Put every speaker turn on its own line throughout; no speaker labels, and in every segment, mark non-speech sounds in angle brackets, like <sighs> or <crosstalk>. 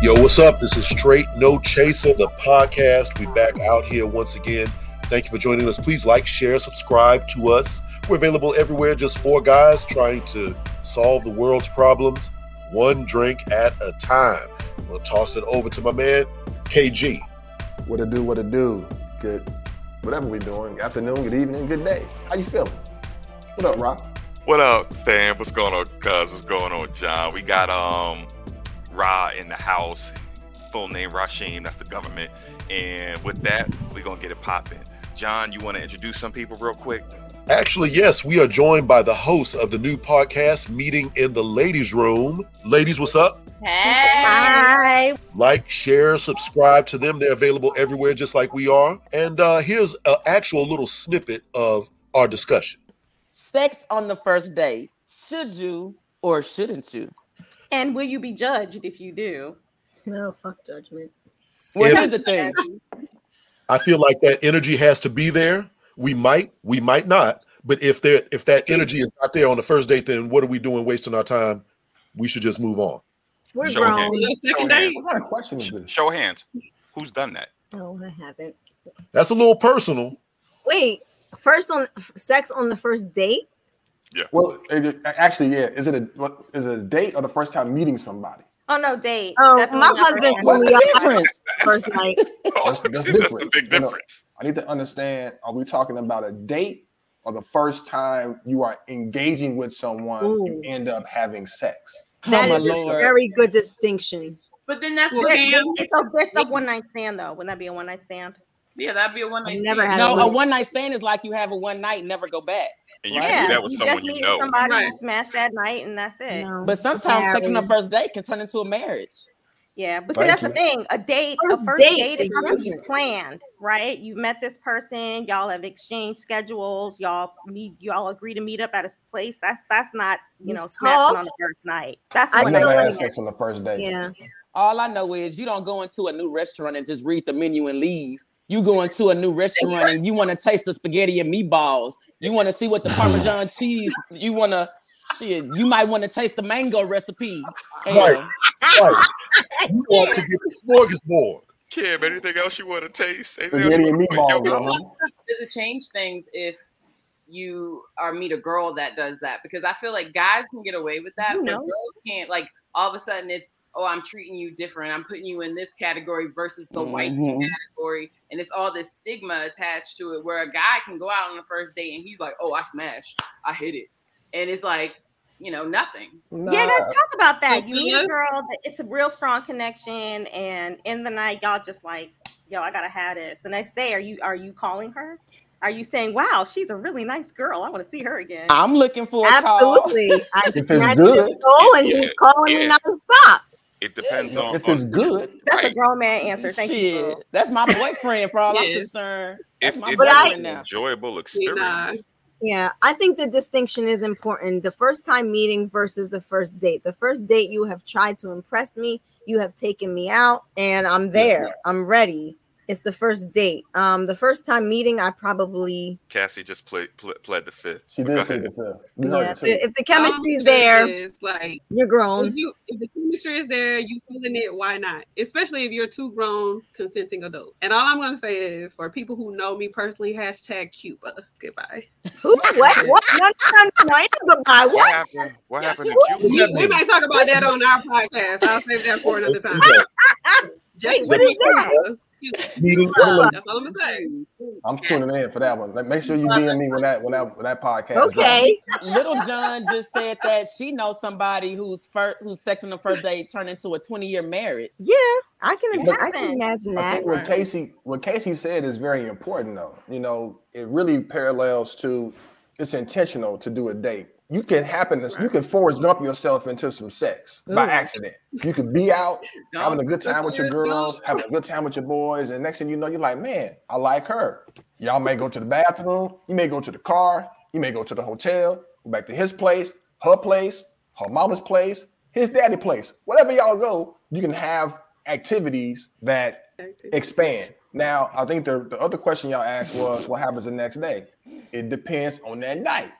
Yo, what's up? This is Straight No Chaser, the podcast. We back out here once again. Thank you for joining us. Please like, share, subscribe to us. We're available everywhere, just four guys trying to solve the world's problems one drink at a time. I'm going to toss it over to my man, KG.
What it do, what it do. Good, whatever we doing. Afternoon, good evening, good day. How you feeling? What up, Rock?
What up, fam? What's going on, cuz? What's going on, John? We got um Ra in the house, full name Rashim, that's the government. And with that, we're gonna get it popping. John, you wanna introduce some people real quick?
Actually, yes, we are joined by the host of the new podcast, Meeting in the Ladies Room. Ladies, what's up?
Hey.
Like, share, subscribe to them. They're available everywhere, just like we are. And uh, here's an actual little snippet of our discussion.
Sex on the first date. Should you or shouldn't you?
And will you be judged if you do?
No, fuck judgment.
Well,
If-
here's the thing.
I feel like that energy has to be there. We might, we might not. But if there, if that energy is not there on the first date, then what are we doing, wasting our time? We should just move on.
We're
Show
grown.
him. Show, hands.
What kind of question is this?
Show hands. Who's done that?
No, I haven't.
That's a little personal.
Wait, first on sex on the first date?
Well, it- it- actually, yeah. Is it a what- is it a date or the first time meeting somebody?
Oh no, date.
Oh,
Definitely
my
not for
husband-
him.
What's
we
the
are-
difference?
<laughs> First night.
<laughs>
<laughs> that's
That's, the
different.
big
You know.
difference.
I need to understand: Are we talking about a date or the first time you are engaging with someone? You
Ooh.
end up having sex.
Oh
That
my
is a
lord.
very good distinction.
<laughs> But then that's
Well,
the
it's,
thing.
it's a, it's a one night stand though. Wouldn't that be a one night stand?
Yeah, that'd be a one night.
I've never
stand.
had
No, a one night stand is like you have a one night and never go back.
And you
Right.
can do that with
you
someone
just
you
need
know.
Somebody who
Right.
smashed that night, and that's it.
No.
But sometimes sex on the
Marriage.
first date can turn into a marriage.
Yeah, but see,
Thank
that's
you.
the thing. A date,
First
a first
date is
date, is something you
different.
planned, right? You met this person, y'all have exchanged schedules, y'all meet, y'all agree to meet up at a place. That's that's not you
Let's
know snapping on
talk.
the first night. That's
I
I
one
feel
never
night.
had
like-
stand.
sex on the first date.
Yeah.
All I know is you don't go into a new restaurant and just read the menu and leave. You go into a new restaurant and you want to taste the spaghetti and meatballs. You want to see what
<sighs>
the Parmesan cheese. You want to, shit. You might want to taste the mango recipe. And
Right. Like, you want to get the smorgasbord.
Kim, anything else you wanna taste? Anything else
Spaghetti
you
and
wanna put in your
meatballs. uh-huh.
mouth?
yo.
Does it change things if you or meet a girl that does that? Because I feel like guys can get away with that,
You
but
know.
girls can't. Like all of a sudden, it's oh, I'm treating you different. I'm putting you in this category versus the white
Mhm.
category, and it's all this stigma attached to it. Where a guy can go out on the first date and he's like, oh, I smashed, I hit it, and it's like you know nothing.
Yeah,
Nah.
let's talk about that.
It
You meet
is.
a girl, that- it's a real strong connection, and in the night, y'all just like, yo, I gotta have this. The next day, are you are you calling her? Are you saying, wow, she's a really nice girl. I want to see her again.
I'm looking for a call.
Absolutely. I
If it's
snatched
good.
his soul and
Yeah,
he's calling me
yeah.
not to stop.
It depends on,
If it's
on-
good,
That's a
right.
grown man answer. Thank you.
Shit,
bro.
That's my boyfriend for all I'm
Yes.
concerned.
if
That's my
it's
But I-
boyfriend
an <laughs>
now.
enjoyable experience.
Yeah, I think the distinction is important. The first time meeting versus the first date. The first date, you have tried to impress me, you have taken me out, and I'm there. I'm ready. It's the first date. Um, the first time meeting, I probably
Cassie just pled, pled, pled the fifth.
she
Go
did
ahead.
take the fifth. We heard
yeah,
it
if
too.
the, if the chemistry's
Um,
there,
It's like
you're
Um,
if, <laughs>
grown.
you, if the chemistry is there, you feeling it. Why not? Especially if you're two grown consenting adult. And all I'm gonna say is, for people who know me personally, hashtag Cuba. Goodbye.
Who, what? What? No, no, no, no, I ain't a goodbye.
What
What?
happened? What happened
What?
to
We,
you?
that
we
mean?
might talk about that on our podcast. I'll save that for
<laughs>
another time.
Wait, what is that?
Cuba.
Meeting-
Cuba.
That's all I'm gonna say.
I'm tuning in for that one. Like, make sure you DM me when that when that when that podcast. drops.
Okay.
Little John just said that she knows somebody who's first, who's sex on the first date turned into a 20 year marriage.
Yeah, I can. I
Listen.
can imagine
I
that.
think what Casey what Casey said is very important though. You know, it really parallels to it's intentional to do a date. You can happen to you can force jump yourself into some sex by
Ooh.
accident. You could be out having a good
Don't
time with your
force
girls,
jump.
having a good time with your boys, and next thing you know, you're like, man, I like her. Y'all may go to the bathroom, you may go to the car, you may go to the hotel, go back to his place, her place, her mama's place, his daddy place. Whatever y'all go, you can have activities that expand. Now, I think the, the other question y'all asked was what happens the next day? It depends on that night.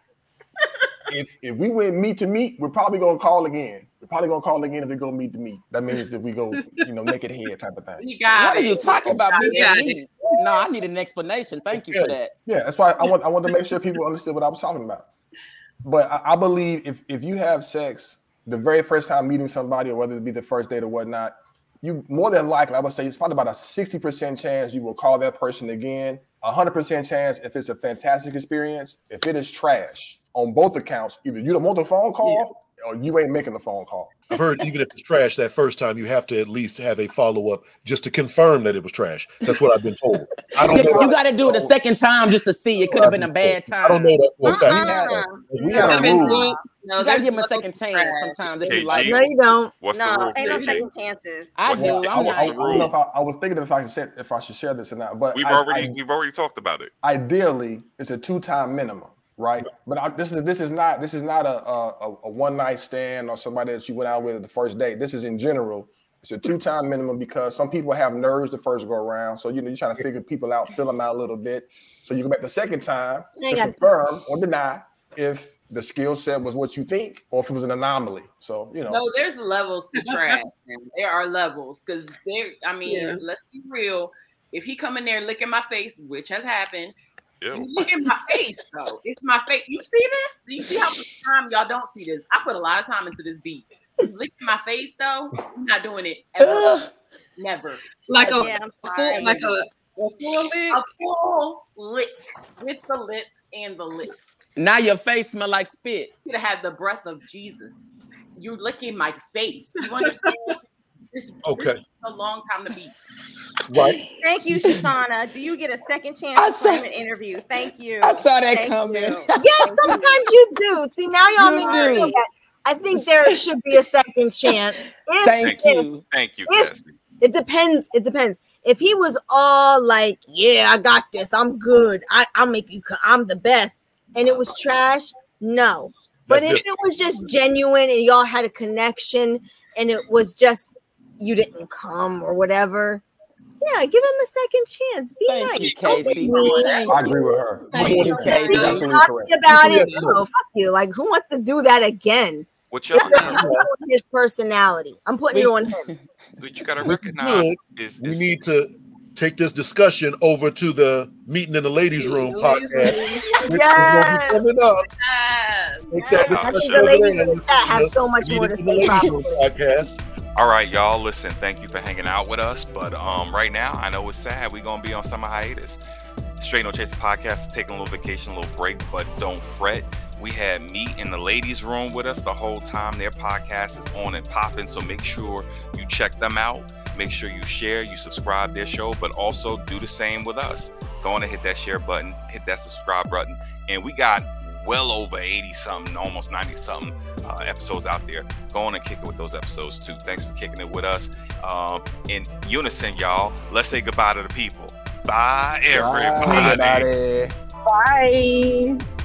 if if we went meet to meet, we're probably gonna call again. You're probably gonna call again if we go meet to meet. That means if we go, you know, naked head type of thing.
You got
What are
it.
you talking about? Me
Yeah.
and me? No, I need an explanation. Thank you for that.
Yeah, that's why I want I want to make sure people understood what I was talking about. But I, I believe if if you have sex the very first time meeting somebody, or whether it be the first date or whatnot, you more than likely I would say it's probably about a sixty percent chance you will call that person again. A hundred percent chance if it's a fantastic experience. If it is trash on both accounts, either you don't want the phone call or you ain't making the phone call.
I've heard even if it's trash that first time, you have to at least have a follow up just to confirm that it was trash. That's what I've been told. I don't
You,
know.
got to do it a second time just to see. It could have been a bad time.
I don't know that for a fact.
had-
Uh-uh.
We
No.
had
I've
a
been
rule.
doing
No,
You gotta
there's
give him a
no
sometimes.
trash.
Sometimes if
KG.
you like,
No, you don't.
<laughs> What's
No,
the
ain't
rule,
no
KJ?
second chances.
I
What's
do.
the-
I'm
what's the
nice.
I don't know
rule?
if I, I was thinking if I should say, if I should share this or not, but
We've
I-
already
I-
we've already talked about it.
ideally it's a two-time minimum right but I, this is this is not this is not a a, a one night stand or somebody that you went out with the first date this is in general it's a two-time minimum because some people have nerves the first go around so you know you're trying to figure people out fill them out a little bit so you go back the second time
I
to
got-
confirm or deny if the skill set was what you think or if it was an anomaly so you know
No, there's levels to trash. man. There are levels because there. I mean,
Yeah.
let's be real. If he come in there licking my face, which has happened,
Ew.
you look at my face though. It's my face. You see this? You see how much time y'all don't see this? I put a lot of time into this beat. You Lick my face though. I'm not doing it ever.
Ugh.
Never.
like a,
Yeah, I'm
a
sorry.
full, like a, a full
A
lick.
full lick with the lip and the lip.
now your face smell like spit.
You could have the breath of Jesus. You licking my face. You understand? this
Okay,
a long time to be.
right.
Thank you, Shoshana. Do you get a second chance
I said-
employment interview? Thank you.
I saw that
Thank
comment.
you.
Yes, sometimes you do. See, now y'all
You
make me feel
do.
bad. I think there should be a second
<laughs>
chance. If-
Thank
if-
you.
Thank you,
Yes.
Cassie.
It depends. It depends. If he was all like, "Yeah, I got this. I'm good. I I'll make you. co- I'm the best," and it was trash, no. But
That's
if it was just genuine and y'all had a connection, and it was just you didn't come or whatever, yeah, give him a second chance. Be
Thank you,
nice.
Casey. Thank
i agree with her
Thank you,
You're
Casey.
Absolutely correct.
Nasty about it.
Yeah.
No, fuck you. Like, who wants to do that again?
What y'all
I'm
got,
putting his personality. I'm putting it on him.
what you gotta
This is
recognize
good.
is,
We
is
need to take this discussion over to the meeting in the ladies' room podcast. which is gonna be
Yes.
coming up.
Yes.
Take that
Yes. I
discussion
think
the
over
ladies
there.
in the chat have so much
Meeting
more to
in the
say,
ladies' room
probably.
podcast.
All right, y'all. Listen, thank you for hanging out with us. But um, right now, I know it's sad. We're gonna be on summer hiatus. Straight No Chaser podcast is taking a little vacation, a little break, but don't fret. We had me in the ladies' room with us the whole time. Their podcast is on and popping, so make sure you check them out. Make sure you share, you subscribe their show, but also do the same with us. Go on and hit that share button, hit that subscribe button, and we got well over 80 something, almost 90 something uh, episodes out there go on and kick it with those episodes too. Thanks for kicking it with us. Um, in unison, y'all, let's say goodbye to the people. Bye, everybody.
Bye, everybody.
Bye.